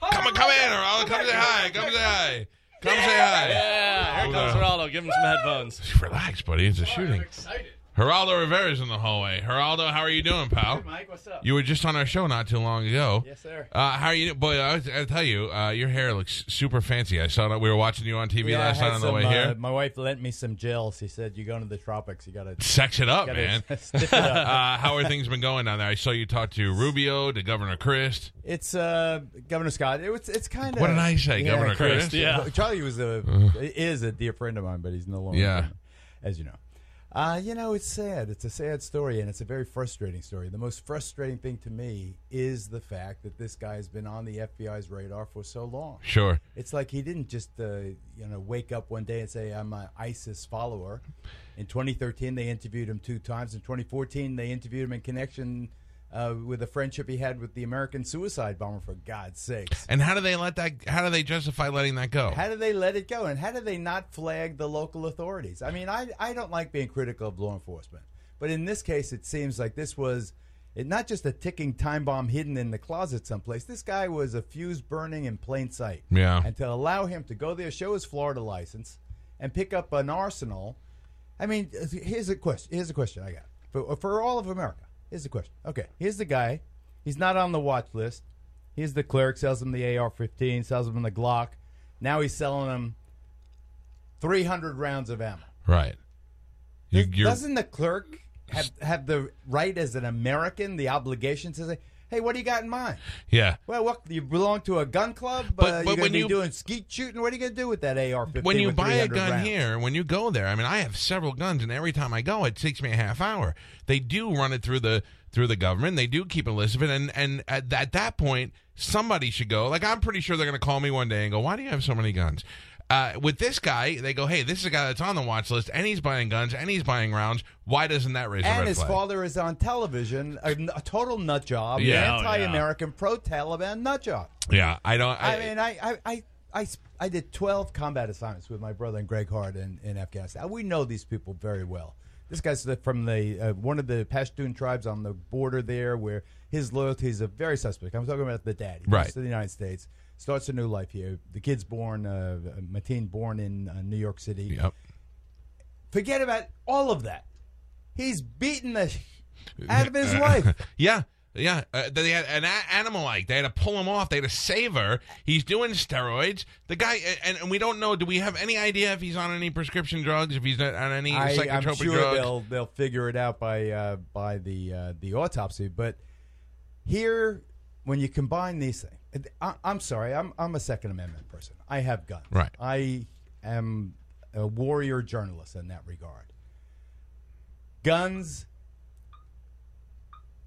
Come, come in, Geraldo. Come say hi. Come say hi. Come say hi. Yeah, here Hold comes on. Geraldo. Give him some headphones. Relax, buddy. It's a shooting. excited. Geraldo Rivera's in the hallway. Geraldo, how are you doing, pal? Mike, what's up? You were just on our show not too long ago. yes, sir. Uh, how are you, boy? I was- I'll tell you, uh, your hair looks super fancy. I saw that we were watching you on TV Yeah, I last had night on the some, way uh, here. My wife lent me some gels. She said, "You go into the tropics, you gotta, Sex it up, man. gotta stick it up." uh, how are things been going down there? I saw you talk to Rubio, to Governor Christ. It's uh, Governor Scott. It was, it's kind of What did I say, Governor Christ? Yeah. Charlie was a is a dear friend of mine, but he's no longer. Yeah. as you know. Uh, you know, it's sad. It's a sad story, and it's a very frustrating story. The most frustrating thing to me is the fact that this guy has been on the FBI's radar for so long. Sure. It's like he didn't just uh, you know wake up one day and say I'm an ISIS follower. In 2013, they interviewed him two times. In 2014, they interviewed him in connection uh, with a friendship he had with the American suicide bomber. For God's sakes, And how do they let that? How do they justify letting that go? how do they let it go? And how do they not flag the local authorities? I mean, I I don't like being critical of law enforcement, but in this case, it seems like this was. It, not just a ticking time bomb hidden in the closet someplace. This guy was a fuse burning in plain sight yeah. and to allow him to go there, show his Florida license, and pick up an arsenal. I mean, here's a question. Here's a question I got for, for all of America. Here's the question. Okay, here's the guy. He's not on the watch list. He's the clerk. Sells him the AR-15. Sells him the Glock. Now he's selling him 300 rounds of ammo. Right. You, Does- you're, Doesn't the clerk have have the right as an American, the obligation to say, "Hey, what do you got in mind?" yeah. Well, what, you belong to a gun club, But- but, uh, but you're going when to be you- doing skeet shooting. What are you going to do with that AR-15? When you with buy a 300 gun rounds? here, when you go there, I mean, I have several guns, and every time I go, it takes me a half hour. They do run it through the through the government. They do keep a list of it, and and at, that- at that point, somebody should go. Like I'm pretty sure they're going to call me one day and go, "Why do you have so many guns?" Uh, with this guy, they go, "Hey, this is a guy that's on the watch list, and he's buying guns, and he's buying rounds. Why doesn't that raise a and red his flag?" father is on television, a, n- a total nut job, an Oh, Yeah. anti-American, pro-Taliban nut job. yeah, I don't. I, mean, I, I, I, I, sp- I did 12 combat assignments with my brother and Greg Hard in, in Afghanistan. Uh, We know these people very well. This guy's the- from the uh, one of the Pashtun tribes on the border there, where his loyalties are very suspect. I'm talking about the daddy, Right. comes to the United States, starts a new life here. The kid's born, uh, Mateen born in uh, New York City. Yep. Forget about all of that. He's beaten the out of his wife. Yeah, yeah. Uh, they had an a- animal like. They had to pull him off. They had to save her. He's doing steroids. The guy, and, and we don't know. Do we have any idea if he's on any prescription drugs? If he's not on any I, I'm psychotropic sure drugs? they'll they'll figure it out by uh, by the uh, the autopsy. But here, when you combine these things, I, I'm sorry, I'm I'm a Second Amendment person. I have guns. Right. I am a warrior journalist in that regard. Guns.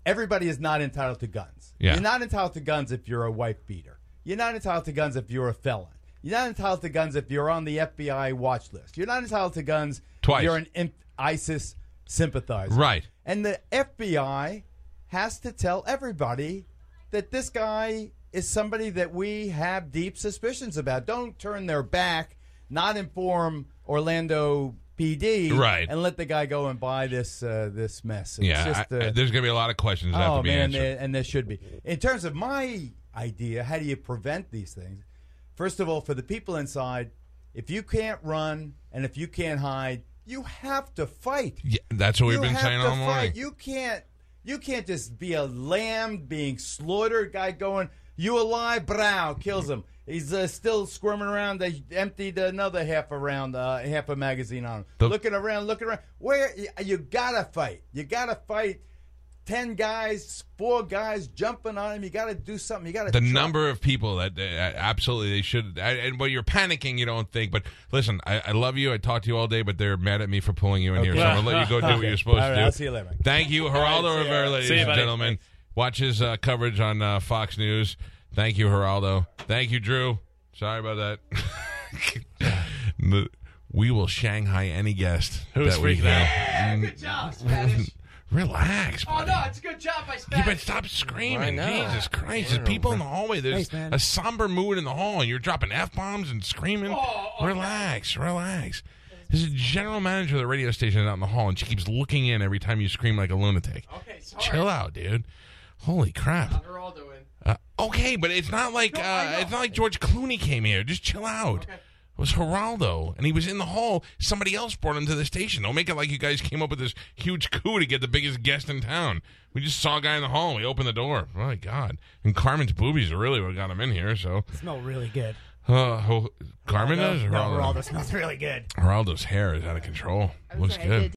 Everybody is not entitled to guns. Yeah. You're not entitled to guns if you're a wife beater. You're not entitled to guns if you're a felon. You're not entitled to guns if you're on the FBI watch list. You're not entitled to guns Twice. you're an imp- ISIS sympathizer. Right. And the FBI has to tell everybody that this guy is somebody that we have deep suspicions about. Don't turn their back, not inform Orlando PD, Right. and let the guy go and buy this uh, this mess. It's yeah, just, I- uh, I- there's gonna be a lot of questions that have oh to be man, answered. there- and there should be. In terms of my idea, how do you prevent these things? First of all, for the people inside, if you can't run and if you can't hide, you have to fight. yeah, that's what we've You been have saying to all morning. Fight. You can't. You can't just be a lamb being slaughtered. Guy going, you alive? Brow kills him. He's uh, still squirming around. They emptied another half a round, uh, half a magazine on him. The- looking around, looking around. Where you gotta fight? You gotta fight. Ten guys, four guys jumping on him. You gotta do something. You gotta. the try. number of people that uh, absolutely they should I, and when you're panicking you don't think but listen I, I love you I talked to you all day but they're mad at me for pulling you in here so I'm gonna let you go do what you're supposed All to right, do I'll see you later, Mike. thank you Geraldo Rivera ladies See you, and buddy. gentlemen watch his uh, coverage on uh, Fox News thank you Geraldo thank you Drew sorry about that The- we will Shanghai any guest Who's that we freaking have. Mm, out? Yeah, good job, Spanish. relax Oh buddy. no, it's a good job by You Spanish. better stop screaming. I know. Jesus Christ. There's people in the hallway. There's a somber mood in the hall, and you're dropping F bombs and screaming. Oh, oh, relax, relax. There's a general manager of the radio station out in the hall, and she keeps looking in every time you scream like a lunatic. okay, sorry. Chill out, dude. Holy crap. Geraldo in. Uh, Okay, but it's not like No, I uh, know. it's not like George Clooney came here. Just chill out. Okay. It was Geraldo, and he was in the hall. Somebody else brought him to the station. Don't make it like you guys came up with this huge coup to get the biggest guest in town. We just saw a guy in the hall. We opened the door. My God! And Carmen's boobies are really what got him in here. So, Smell really good. uh, who- Carmen does. No, Geraldo? Geraldo smells really good. Geraldo's hair is out of control. Looks sorry, I good. did